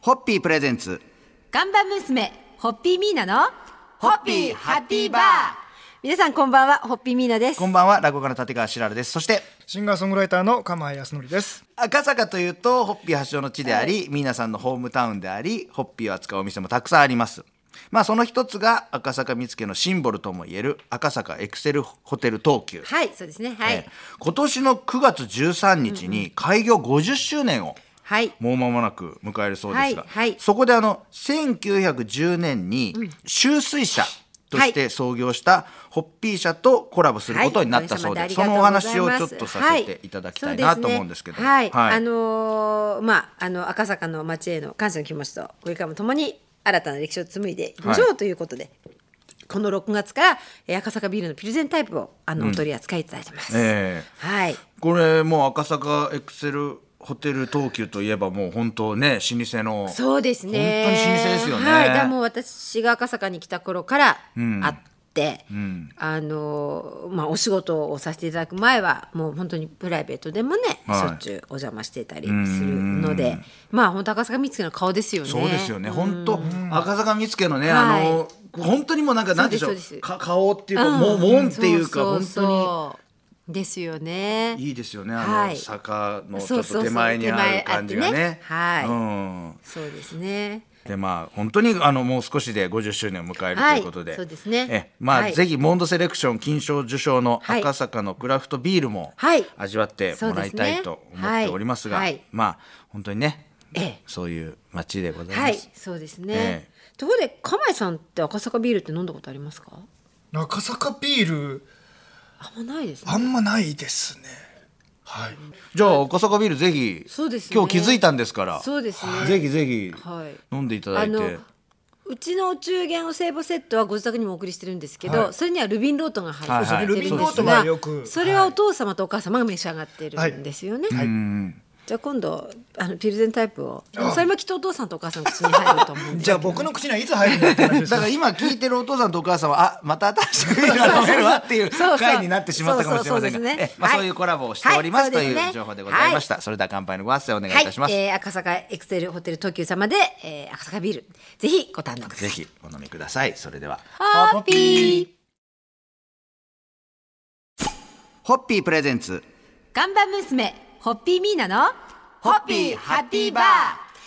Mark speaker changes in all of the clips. Speaker 1: ホッピープレゼンツ
Speaker 2: ガンバ娘、ホッピーミーナの、
Speaker 1: ホッピーハッピーバー
Speaker 2: 皆さんこんばんは、ホッピーミーナです。
Speaker 1: こんばんは落語家の立川しらるですそして
Speaker 3: シンガーソングライターの釜井康則です。
Speaker 1: 赤坂というとホッピー発祥の地であり皆さんのホームタウンでありホッピーを扱うお店もたくさんありますまあその一つが赤坂見附のシンボルともいえる赤坂エクセルホテル東急
Speaker 2: はい、そうですね。はい。
Speaker 1: えー今年の9月13日に開業50周年を
Speaker 2: はい。
Speaker 1: もう間もなく迎えるそうですが、
Speaker 2: はいはい
Speaker 1: そこであの1910年に収水車として創業したホッピー社とコラボすることになったそうで、
Speaker 2: はい
Speaker 1: そのお話をちょっとさせていただきたいなと思うんですけど、
Speaker 2: はい、そうですねはい
Speaker 1: はい
Speaker 2: あのーまああの赤坂の街への感謝の気持ちとウェルカムともに新たな歴史を紡いでいきましょ
Speaker 1: は
Speaker 2: うということで、この6月からえー赤坂ビールのプレゼンタイプをあの、お取り扱いいただいてます。
Speaker 1: ええ
Speaker 2: はい。
Speaker 1: これもう赤坂エクセルホテル東急といえばもう本当ね老舗の
Speaker 2: そうですね。
Speaker 1: 本当に新鮮ですよね
Speaker 2: はい、だからもう私が赤坂に来た頃からあって、あのまあお仕事をさせていただく前はもう本当にプライベートでもね、
Speaker 1: はい
Speaker 2: しょっちゅうお邪魔していたりするので、まあ本当赤坂見つけの顔ですよね。
Speaker 1: そうですよね。本当赤坂見附のね、
Speaker 2: はい
Speaker 1: あの本当にもうなんかなんでしょ
Speaker 2: そう
Speaker 1: う
Speaker 2: ですそうです
Speaker 1: か顔っていう
Speaker 2: う
Speaker 1: か、
Speaker 2: ん。
Speaker 1: もうもんっていうか
Speaker 2: そ
Speaker 1: 本
Speaker 2: そ
Speaker 1: 当
Speaker 2: そうですよね。
Speaker 1: にいいですよね。あの、
Speaker 2: はい
Speaker 1: 坂のち
Speaker 2: そ
Speaker 1: ょ
Speaker 2: う
Speaker 1: っ
Speaker 2: そ
Speaker 1: と
Speaker 2: うそう
Speaker 1: 手前にある感じがね。
Speaker 2: 手前あってねはい
Speaker 1: うん。
Speaker 2: そうですね。
Speaker 1: でまあ本当にあのもう少しで50周年を迎えるということで、
Speaker 2: はいそうですね
Speaker 1: えまあ、
Speaker 2: はい
Speaker 1: ぜひモンドセレクション金賞受賞の
Speaker 2: はい
Speaker 1: 赤坂のクラフトビールも
Speaker 2: はい
Speaker 1: 味わってもらいたいと
Speaker 2: そうですね
Speaker 1: 思っておりますが、
Speaker 2: はいはい
Speaker 1: まあ本当にね、
Speaker 2: ええ
Speaker 1: そういう街でございます。
Speaker 2: はい、そうですね。
Speaker 1: ええ
Speaker 2: ところで釜井さんって赤坂ビールって飲んだことありますか？
Speaker 3: 中坂ビール
Speaker 2: あんまないですね。
Speaker 3: あんまないですね。はい。
Speaker 1: じゃあ赤坂ビールぜひ、
Speaker 2: そうですね
Speaker 1: 今日気づいたんですから
Speaker 2: そうですね
Speaker 1: ぜひぜひ
Speaker 2: はい
Speaker 1: 飲んでいただ
Speaker 2: あ
Speaker 1: いて、
Speaker 2: のうちのお中元お歳暮セットはご自宅にもお送りしてるんですけど、それにはルビンロートンが入って
Speaker 1: はいはい
Speaker 2: るんですが、
Speaker 3: ルビンロートンはよく
Speaker 2: それはお父様とお母様が召し上がってるんですよね、
Speaker 3: はい
Speaker 2: じゃあ今度あのピルゼンタイプをそれもきっとお父さんとお母さんの口に入ると思うんで
Speaker 3: じゃあ僕の口にはいつ入るん だって話です
Speaker 1: だ
Speaker 3: よ。
Speaker 1: から今聞いてるお父さんとお母さんはあまた新しくビールが飲めるわっていう
Speaker 2: そうそう
Speaker 1: 回になってしまったかもしれませんが
Speaker 2: そうそうそうですね
Speaker 1: えまあ
Speaker 2: はい
Speaker 1: そういうコラボをしております、
Speaker 2: はい
Speaker 1: と
Speaker 2: そうです
Speaker 1: い
Speaker 2: ね
Speaker 1: う情報でございました、それでは乾杯のご発声をお願いいたします、
Speaker 2: はい、えー赤坂エクセルホテル東急様で、えー赤坂ビールぜひご堪能くださ
Speaker 1: ぜ
Speaker 2: い
Speaker 1: ひお飲みくださいそれでは
Speaker 2: ホッピ
Speaker 1: ホッピープレゼンツ
Speaker 2: ーガンバ娘ホッピーミーナの
Speaker 1: ホッピーハッピーバー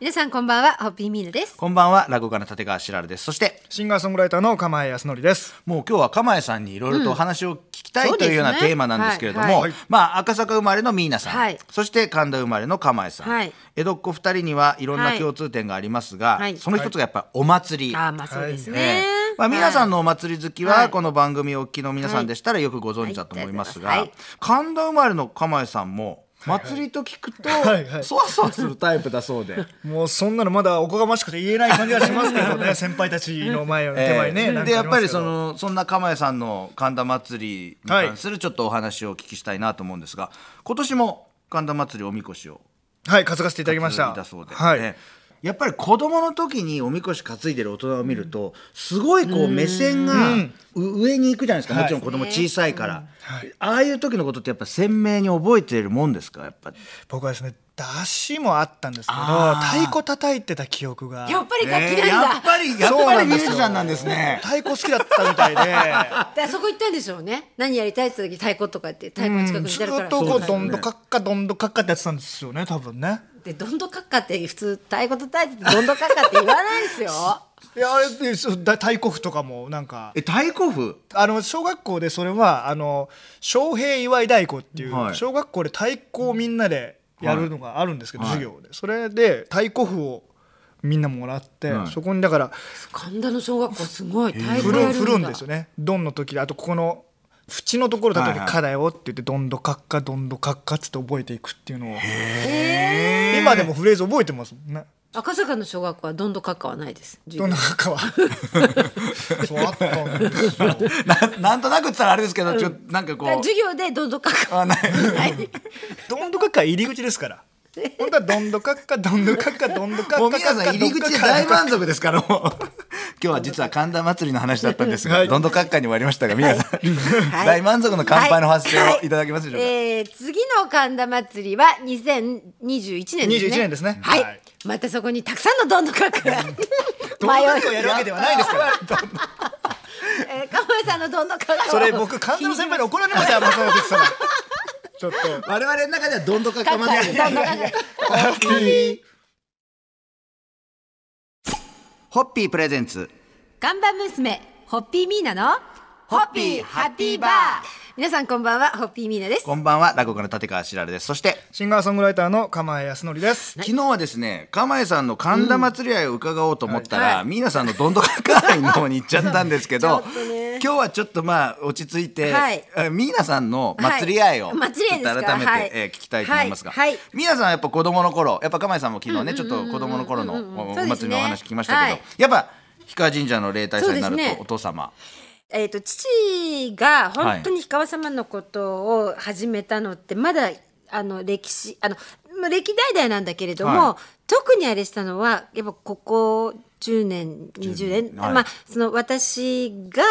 Speaker 2: 皆さんこんばんはホッピーミーナです
Speaker 1: こんばんは落語家の立川しらるですそして
Speaker 3: シンガーソングライターの釜井康則です。
Speaker 1: もう今日は釜井さんにいろいろとお話を聞きたい、
Speaker 2: うん
Speaker 1: というような
Speaker 2: そうですね
Speaker 1: テーマなんですけれども、
Speaker 2: はい
Speaker 3: はい
Speaker 1: まあ赤坂生まれのミーナさん、
Speaker 2: はい
Speaker 1: そして神田生まれの釜井さん、
Speaker 2: はい
Speaker 1: 江戸っ子二人にはいろんな共通点がありますが、
Speaker 2: はい
Speaker 1: その一つがやっぱりお祭り。
Speaker 2: あーまあそうです
Speaker 1: ええ
Speaker 2: ね、
Speaker 1: まあ、皆さん
Speaker 2: の
Speaker 1: のお祭り好き
Speaker 2: は
Speaker 1: はいこの番組をお聞きの皆さんでしたらよくご存知だと思いますが、
Speaker 2: はいはい
Speaker 1: 神田生まれの釜井さんも祭りと聞くと
Speaker 3: はいはい
Speaker 1: そわそわするタイプだそうで。
Speaker 3: もうそんなのまだおこがましくて言えない感じがしますけど ね。先輩たちの前 を手前ね。
Speaker 1: え
Speaker 3: な
Speaker 1: ー
Speaker 3: ん
Speaker 1: で
Speaker 3: か
Speaker 1: や
Speaker 3: あ
Speaker 1: っ
Speaker 3: ま
Speaker 1: ぱ
Speaker 3: すけ
Speaker 1: り
Speaker 3: ど
Speaker 1: そのそんな釜谷さんの神田祭りに関するちょっとお話をお聞きしたいなと思うんですが、今年も神田祭りおみこしを
Speaker 3: はい担がせていただきました。
Speaker 1: 担いだそうで、
Speaker 3: はい。
Speaker 1: ねやっぱり子供の時におみこし担いでる大人を見るとすごいこう目線がう上に行くじゃないですかもちろん子供小さいから、ああいう時のことってやっぱ鮮明に覚えてるもんですかやっぱ
Speaker 3: 僕はですね出汁もあったんですけど
Speaker 1: あー
Speaker 3: 太鼓叩いてた記憶が。
Speaker 2: やっぱり楽器
Speaker 1: えーや
Speaker 2: な
Speaker 1: っ
Speaker 2: んだ、
Speaker 1: ぱりやっ
Speaker 3: そう
Speaker 1: ぱ
Speaker 3: な
Speaker 1: り
Speaker 3: ん
Speaker 1: ミュー
Speaker 3: ですよ
Speaker 1: ジシャンなんですね
Speaker 3: 太鼓好きだったみたいで。
Speaker 2: だからそこ行ったんでしょうね何やりたいって言った時太鼓とかって太鼓の近くにい
Speaker 3: ず
Speaker 2: た
Speaker 3: っ
Speaker 2: るから
Speaker 3: とこ
Speaker 2: そう
Speaker 3: う
Speaker 2: だ
Speaker 3: どんどかっかどんどかっかってやってたんですよね多分ね
Speaker 2: でどんどかっかって普通太鼓と太鼓ってどんどかっかって言わないですよ
Speaker 3: いやあれってそうだ太鼓譜とかもなんか
Speaker 1: え太鼓譜
Speaker 3: あの小学校でそれはあの昌平祝い太鼓っていう、
Speaker 1: はい
Speaker 3: 小学校で太鼓をみんなでやるのがあるんですけど、
Speaker 1: はい
Speaker 3: 授業でそれで太鼓譜をみんなもらって、
Speaker 1: はい
Speaker 3: そこにだから
Speaker 2: 神田の小学校すごい太
Speaker 3: 振
Speaker 2: 鼓やるん
Speaker 3: る
Speaker 2: だ
Speaker 3: 振るんですよねドンの時であとここの縁のところだ
Speaker 1: はい
Speaker 3: と
Speaker 1: はい
Speaker 3: 「かだよ」って言って「どんどかっかどんどかっか」っつって覚えていくっていうのを
Speaker 2: へー
Speaker 3: 今でもフレーズ覚えてますもんね。
Speaker 2: 赤坂の小学校はどんどかっかはないです
Speaker 3: どんな中はそうあったんですよ
Speaker 1: ななんとなくって言ったらあれですけど、ちょなんかこ
Speaker 2: だから
Speaker 1: う
Speaker 2: 授業でどんどかっか
Speaker 1: あない
Speaker 2: はい
Speaker 3: どんどかっかは入り口ですから本当はどんどかっかどんどかっかどんどかっか
Speaker 1: もう皆さん入り口で大満足ですからもう今日は実は神田祭りの話だったんですが、
Speaker 3: はい
Speaker 1: どんどん閣下に終わりましたが皆さん、
Speaker 2: はい
Speaker 1: 大満足の乾杯の発声をいただけますでしょうか、
Speaker 2: えー次の神田祭りは2021年ですね
Speaker 3: 21年ですね
Speaker 2: はい、
Speaker 3: はい
Speaker 2: またそこにたくさんのどん どん書く迷い
Speaker 3: どんどんとやるわけではないですから。
Speaker 2: えー、かもさんのどんどん書く
Speaker 3: それ僕神田の先輩に怒られましたよ松本さん。ちょっ
Speaker 1: 我々の中ではどんどかかまで
Speaker 2: どんどん書く
Speaker 1: ホッピープレゼンツ
Speaker 2: 看板娘ホッピーミーナのホッピーハッピーバー皆さんこんばんはホッピーミーナです
Speaker 1: こんばんは落語家の立川しらるですそして
Speaker 3: シンガーソングライターの釜江康則です。
Speaker 1: 昨日はですね釜江さんの神田祭り愛を伺おうと思った
Speaker 2: は
Speaker 1: ら、
Speaker 2: い
Speaker 1: ミーナさんのどんどかか愛の方に行っちゃったんですけど
Speaker 2: ちょっとね
Speaker 1: 今日はちょっとまあ落ち着いて、
Speaker 2: はい
Speaker 1: えミーナさんの祭り愛を
Speaker 2: は
Speaker 1: ち
Speaker 2: い
Speaker 1: ょっ
Speaker 2: 祭り愛
Speaker 1: と
Speaker 2: ですか
Speaker 1: 改めて、
Speaker 2: はい
Speaker 1: えー聞きたいと思いますが、
Speaker 2: はいはい
Speaker 1: ミーナさんはやっぱ子供の頃やっぱ釜江さんも昨日ねちょっと子供の頃の
Speaker 2: うんうん
Speaker 1: お
Speaker 2: そうです
Speaker 1: お祭り
Speaker 2: ね
Speaker 1: のお話聞きましたけど、
Speaker 2: はい
Speaker 1: やっぱ氷川神社の例大祭になると、
Speaker 2: そうですね
Speaker 1: お父様
Speaker 2: えー、と父が本当に氷川様のことを始めたのってまだあの歴史あのまあ歴代々なんだけれども、
Speaker 1: は
Speaker 2: 特にあれしたのはやっぱここ10年20年
Speaker 1: 10年はい
Speaker 2: まあ、その私が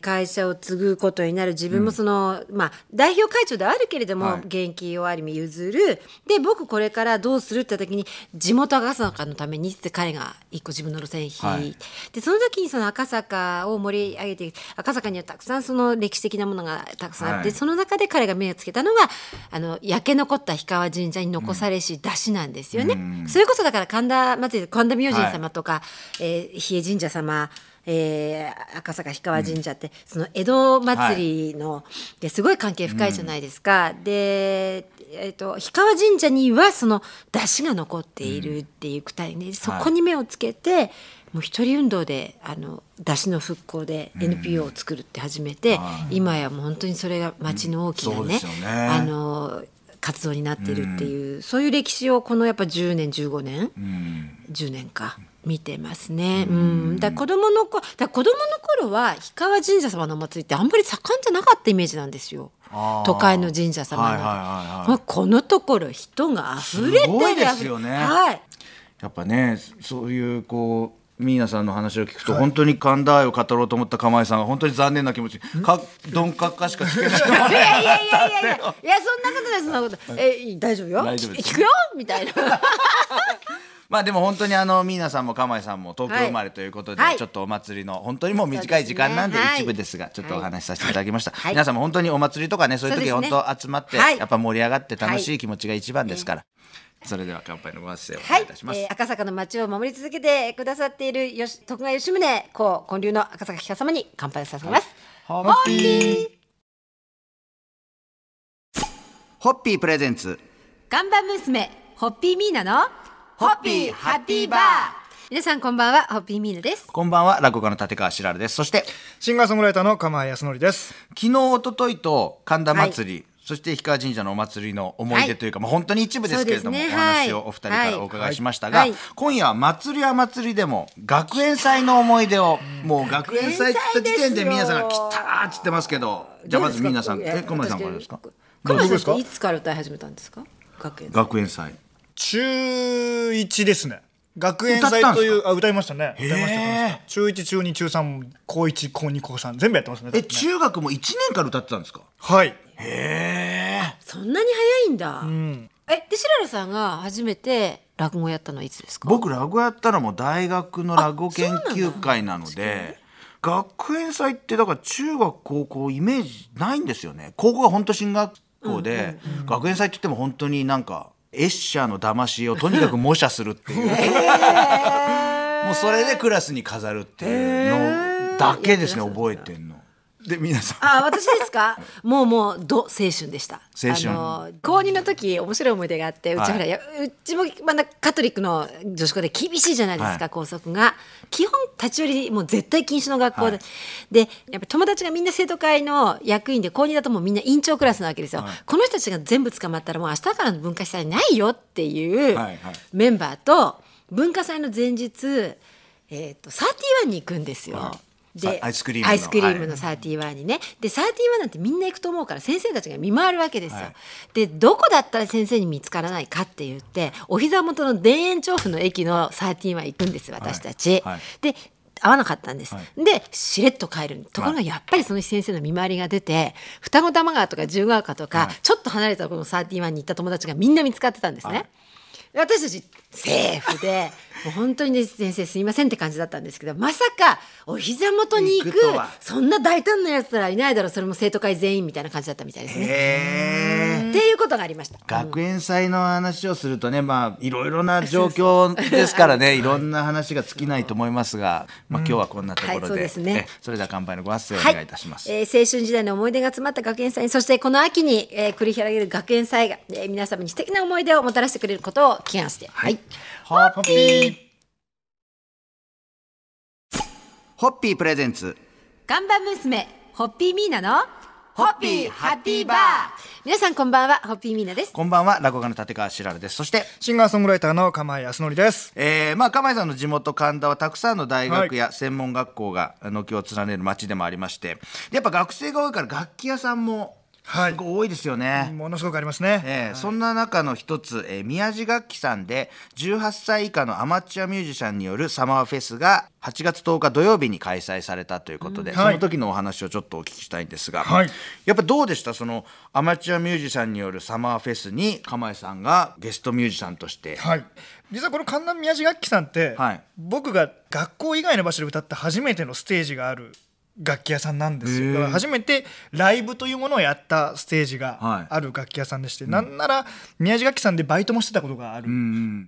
Speaker 2: 会社を継ぐことになる自分もその、まあ、代表会長ではあるけれども、
Speaker 1: はい
Speaker 2: 現金をある意味譲るで僕これからどうするって時に地元赤坂のためにって彼が一個自分の路線引いて、
Speaker 1: はい
Speaker 2: でその時にその赤坂を盛り上げて赤坂にはたくさんその歴史的なものがたくさんあっ
Speaker 1: は
Speaker 2: て、
Speaker 1: い
Speaker 2: その中で彼が目をつけたのがあの焼け残った氷川神社に残されし出汁なんですよね。それこそだから神田祭り神田明神様とか、えー日枝神社様えー赤坂氷川神社って、その江戸祭りの、ですごい関係深いじゃないですか、で、えー、と氷川神社にはその出汁が残っているっていうくたりね、そこに目をつけて、もう一人運動であの出汁の復興で NPO を作るって始めて、今やもう本当にそれが町の大きな
Speaker 1: うんそう
Speaker 2: ね,、
Speaker 1: ですよね
Speaker 2: あの活動になっているっていう、そういう歴史をこのやっぱ10年15年、10年か見てますね。うん、だから子供の子、だから子供の頃は氷川神社様のお祭りってあんまり盛んじゃなかったイメージなんですよ
Speaker 1: あー。
Speaker 2: 都会の神社様の、
Speaker 1: はいはいはいはい
Speaker 2: まあこのところ人が溢れてる
Speaker 1: すごいですよね
Speaker 2: はい。
Speaker 1: やっぱねそういうこうミーナさんの話を聞くと、本当に神田愛を語ろうと思った釜井さんが本当に残念な気持ちかどんかっかしか聞けない
Speaker 2: いやいやいやいやいやいやそんなことないそんなことないえ大丈夫よ
Speaker 1: 大丈夫です
Speaker 2: 聞くよみたいな
Speaker 1: まあでも本当にあのミーナさんも釜井さんも東京生まれということで、
Speaker 2: はい
Speaker 1: ちょっとお祭りの本当にもう短い時間なんで
Speaker 2: そうですね
Speaker 1: 一部ですがちょっとお話しさせていただきました、
Speaker 2: はい
Speaker 1: 皆さんも本当にお祭りとかねそういう
Speaker 2: そ
Speaker 1: 時
Speaker 2: うですね
Speaker 1: 本当集まって
Speaker 2: はい
Speaker 1: やっぱ盛り上がって楽し
Speaker 2: はい
Speaker 1: 気持ちが一番ですから、それでは乾杯のご発声をお
Speaker 2: は
Speaker 1: 願い
Speaker 2: い
Speaker 1: いたします、
Speaker 2: えー赤坂の街を守り続けてくださっているよし徳川吉宗公建立の赤坂氷川様に乾杯をさせます
Speaker 1: ホ
Speaker 2: ッピー
Speaker 1: ホッピープレゼンツ
Speaker 2: 看板娘ホッピーミーナの
Speaker 1: ホッピーハッピーバー
Speaker 2: 皆さんこんばんはホッピーミーナです
Speaker 1: こんばんは落語家の立川しらるですそして
Speaker 3: シンガーソングライターの釜江康則です。
Speaker 1: 昨日一昨日と神田祭り、そして氷川神社のお祭りの思い出というか、まあ、本当に一部ですけれども、
Speaker 2: そうです
Speaker 1: お
Speaker 2: ねはい
Speaker 1: 話をお二人からお伺いしましたが、
Speaker 2: はいはい
Speaker 1: 今夜は祭りは祭りでも学園祭の思い出を、もう学園祭って言った時点で皆さんが来たーっつってますけどじゃあまず皆さん
Speaker 2: どうです
Speaker 1: え
Speaker 2: か
Speaker 1: 小森さんからですか
Speaker 2: 小森
Speaker 3: どう
Speaker 2: さ
Speaker 3: です
Speaker 2: ん
Speaker 3: か
Speaker 2: っていつから歌い始めたんですか学園
Speaker 1: 学園祭
Speaker 3: 中一ですね。学園祭
Speaker 1: 歌ったん
Speaker 3: と
Speaker 1: です
Speaker 3: い
Speaker 1: か
Speaker 3: うあ歌いましたね。歌いました歌いま
Speaker 1: へ
Speaker 3: した。中一中二中三高一高二高三全部やってますね。
Speaker 1: え
Speaker 3: ね
Speaker 1: 中学も1年から歌ってたんですか
Speaker 3: はい。
Speaker 1: へえ
Speaker 2: そんなに早いんだ、えでシララさんが初めて落語やったのはいつですか
Speaker 1: 僕落語やったのも大学の落語研究会なので学園祭ってだから中学高校イメージないんですよね高校は本当進学校で、学園祭って言っても本当になんかエッシャーの騙しをとにかく模写するっていうもうそれでクラスに飾るっていうのだけですね覚えてんの。で皆さん
Speaker 2: あ私ですかもうもうど青春でした
Speaker 1: 青春
Speaker 2: あの高2の時面白い思い出があってうち
Speaker 1: はい
Speaker 2: ほら、やうちもまだカトリックの女子校で厳しいじゃないですか、
Speaker 1: はい
Speaker 2: 校則が基本立ち寄りもう絶対禁止の学校で、
Speaker 1: はい
Speaker 2: でやっぱり友達がみんな生徒会の役員で高2だともうみんな委員長クラスなわけですよ、この人たちが全部捕まったらもう明日からの文化祭ないよっていう
Speaker 1: はいはい
Speaker 2: メンバーと文化祭の前日、えー、と31に行くんですよ。で
Speaker 1: さアイスクリームの
Speaker 2: アイスクリームのサーティワンにね、でサーティワンなんてみんな行くと思うから先生たちが見回るわけですよ、
Speaker 1: はい
Speaker 2: でどこだったら先生に見つからないかって言ってお膝元の田園調布の駅のサーティワン行くんです私たち、
Speaker 1: はいはい
Speaker 2: で会わなかったんです、
Speaker 1: は
Speaker 2: でしれっと帰るところがやっぱりその先生の見回りが出て双子玉川とか十川川とか、ちょっと離れたこのサーティワンに行った友達がみんな見つかってたんですね、私たちセーフでもう本当にね先生すいませんって感じだったんですけどまさかお膝元に行
Speaker 1: 行
Speaker 2: く
Speaker 1: くとは
Speaker 2: そんな大胆なやつらいないだろうそれも生徒会全員みたいな感じだったみたいですね。
Speaker 1: へえ
Speaker 2: っていうことがありました。
Speaker 1: 学園祭の話をするとね、まあ、いろいろな状況ですから ね、いろんな話が尽きないと思いますが、まあ、今日はこんなところで、
Speaker 2: はいそうですね
Speaker 1: えそれでは乾杯のご発声をお願いいたします。
Speaker 2: はいえー青春時代の思い出が詰まった学園祭そしてこの秋に、えー繰り広げる学園祭が、えー皆様に素敵な思い出をもたらしてくれることを祈願して、はい、
Speaker 1: ホッピーホッピープレゼンツ
Speaker 2: 看板娘ホッピーミーナの
Speaker 1: ホッピーハッピーバー
Speaker 2: 皆さんこんばんはホッピーミーナです
Speaker 1: こんばんは落語家の立川しらるですそして
Speaker 3: シンガーソングライターの釜井康則です。
Speaker 1: えーまあ、釜井さんの地元神田はたくさんの大学や専門学校が軒を連ねる町でもありましてでやっぱ学生が多いから楽器屋さんも
Speaker 3: はい
Speaker 1: すごい多いですよね。
Speaker 3: ものすごくありますね。
Speaker 1: えーそんな中の一つ、えー宮地楽器さんで18歳以下のアマチュアミュージシャンによるサマーフェスが8月10日土曜日に開催されたということで、
Speaker 3: はい
Speaker 1: その時のお話をちょっとお聞きしたいんですが、
Speaker 3: はい
Speaker 1: やっぱどうでしたそのアマチュアミュージシャンによるサマーフェスに釜井さんがゲストミュージシャンとして、
Speaker 3: はい、実はこの神田宮地楽器さんって、
Speaker 1: はい
Speaker 3: 僕が学校以外の場所で歌った初めてのステージがある楽器屋さんなんですよだから初めてライブというものをやったステージ
Speaker 1: はい
Speaker 3: がある楽器屋さんでして、なんなら宮地楽器さんでバイトもしてたことがある、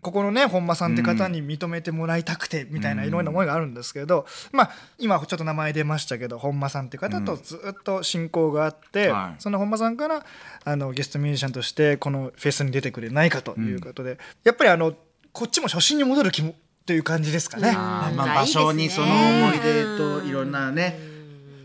Speaker 3: ここのね本間さんって方に認めてもらいたくてみたいないろんな思いがあるんですけど、まあ今ちょっと名前出ましたけど本間さんって方とずっと親交があって、
Speaker 1: はい
Speaker 3: その本間さんからあのゲストミュージシャンとしてこのフェスに出てくれないかということで、やっぱりあのこっちも初心に戻る気もという感じですかね。
Speaker 1: あーま
Speaker 2: うん
Speaker 1: あ、場所にその思い出と
Speaker 2: うん
Speaker 1: いろんなね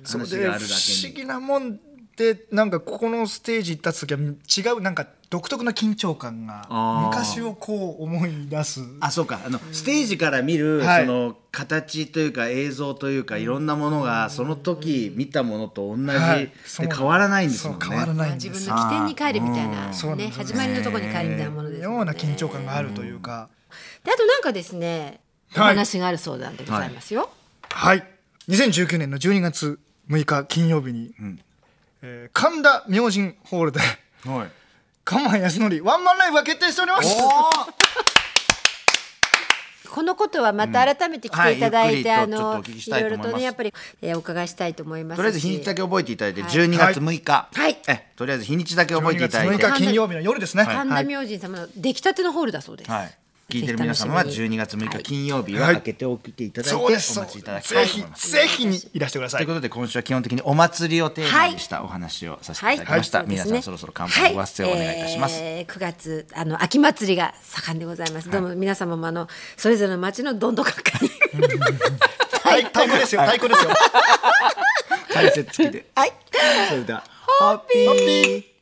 Speaker 3: そう
Speaker 1: 話
Speaker 3: で
Speaker 1: があ
Speaker 3: 不
Speaker 1: るだけに。
Speaker 3: 思議なもんでなんかここのステージ行った時は違うなんか独特な緊張感が
Speaker 1: あー
Speaker 3: 昔をこう思い出す。
Speaker 1: あそうかあのステージから見る、
Speaker 3: はい
Speaker 1: その形というか映像というかいろんなものがその時見たものと同じ、
Speaker 3: はい
Speaker 1: で
Speaker 3: そう
Speaker 1: 変わらないんですもんね
Speaker 3: そう変わらないん
Speaker 2: 自
Speaker 3: で
Speaker 2: 分
Speaker 3: す
Speaker 2: の起点に帰るみたいな、
Speaker 3: そうなん
Speaker 2: ね
Speaker 3: ですよね
Speaker 2: 始まりのところに帰るみたいなものですもんね
Speaker 3: ような緊張感があるというか。
Speaker 2: であとなんかですねお
Speaker 3: はい
Speaker 2: 話があるそうなんでございますよ、
Speaker 3: はい。2019年の12月6日金曜日に、
Speaker 1: ん
Speaker 3: えー神田明神ホールで
Speaker 1: はい
Speaker 3: 鎌谷康則ワンマンライブが決定しております。
Speaker 2: このことはまた改めて来ていただいて、
Speaker 1: うんはい
Speaker 2: あの
Speaker 1: ゆっくりとちょっとお聞きし
Speaker 2: い
Speaker 1: たい
Speaker 2: ろ
Speaker 1: と
Speaker 2: い
Speaker 1: 思
Speaker 2: ろ
Speaker 1: います
Speaker 2: とねやっぱり、えーお伺いしたいと思いますし
Speaker 1: とりあえず日にちだけ覚えていただいて、
Speaker 2: はい
Speaker 1: 12月6日、
Speaker 2: はい
Speaker 1: えとりあえず日にちだけ覚えてい
Speaker 3: 12
Speaker 1: た
Speaker 3: 月
Speaker 1: だいて、
Speaker 3: 6
Speaker 1: は
Speaker 3: 日金曜日の夜ですね。
Speaker 2: 神
Speaker 3: は
Speaker 2: 田
Speaker 3: い
Speaker 2: 明神様の出来たてのホールだそうです、
Speaker 1: い、聞いてる皆様は
Speaker 2: ぜひ楽し
Speaker 1: 12
Speaker 2: みに
Speaker 1: 月6
Speaker 2: は
Speaker 1: 日
Speaker 2: い
Speaker 1: 金曜日は
Speaker 3: はい
Speaker 1: 開けておいていただいてお
Speaker 3: そうで
Speaker 1: 待
Speaker 3: す。
Speaker 1: ちいただきた
Speaker 3: ぜ
Speaker 1: いと
Speaker 3: ひ
Speaker 1: 思います。
Speaker 3: ぜひにいらしてくださ
Speaker 1: とい
Speaker 3: いう
Speaker 1: こ。とで今週は基本的にお祭りをテーマにしたお話をさせていただきました、
Speaker 2: そうで
Speaker 1: 皆
Speaker 2: すね
Speaker 1: さんそろそろ乾杯のご発声をお願いいたします、
Speaker 2: はえー9月あの秋祭りが盛んでございます。どうも皆様もあのそれぞれの町のどんどんかかに
Speaker 3: はい、太鼓ですよ。太鼓ですよ。
Speaker 1: 解説付きで
Speaker 2: はい。
Speaker 1: それではホッピー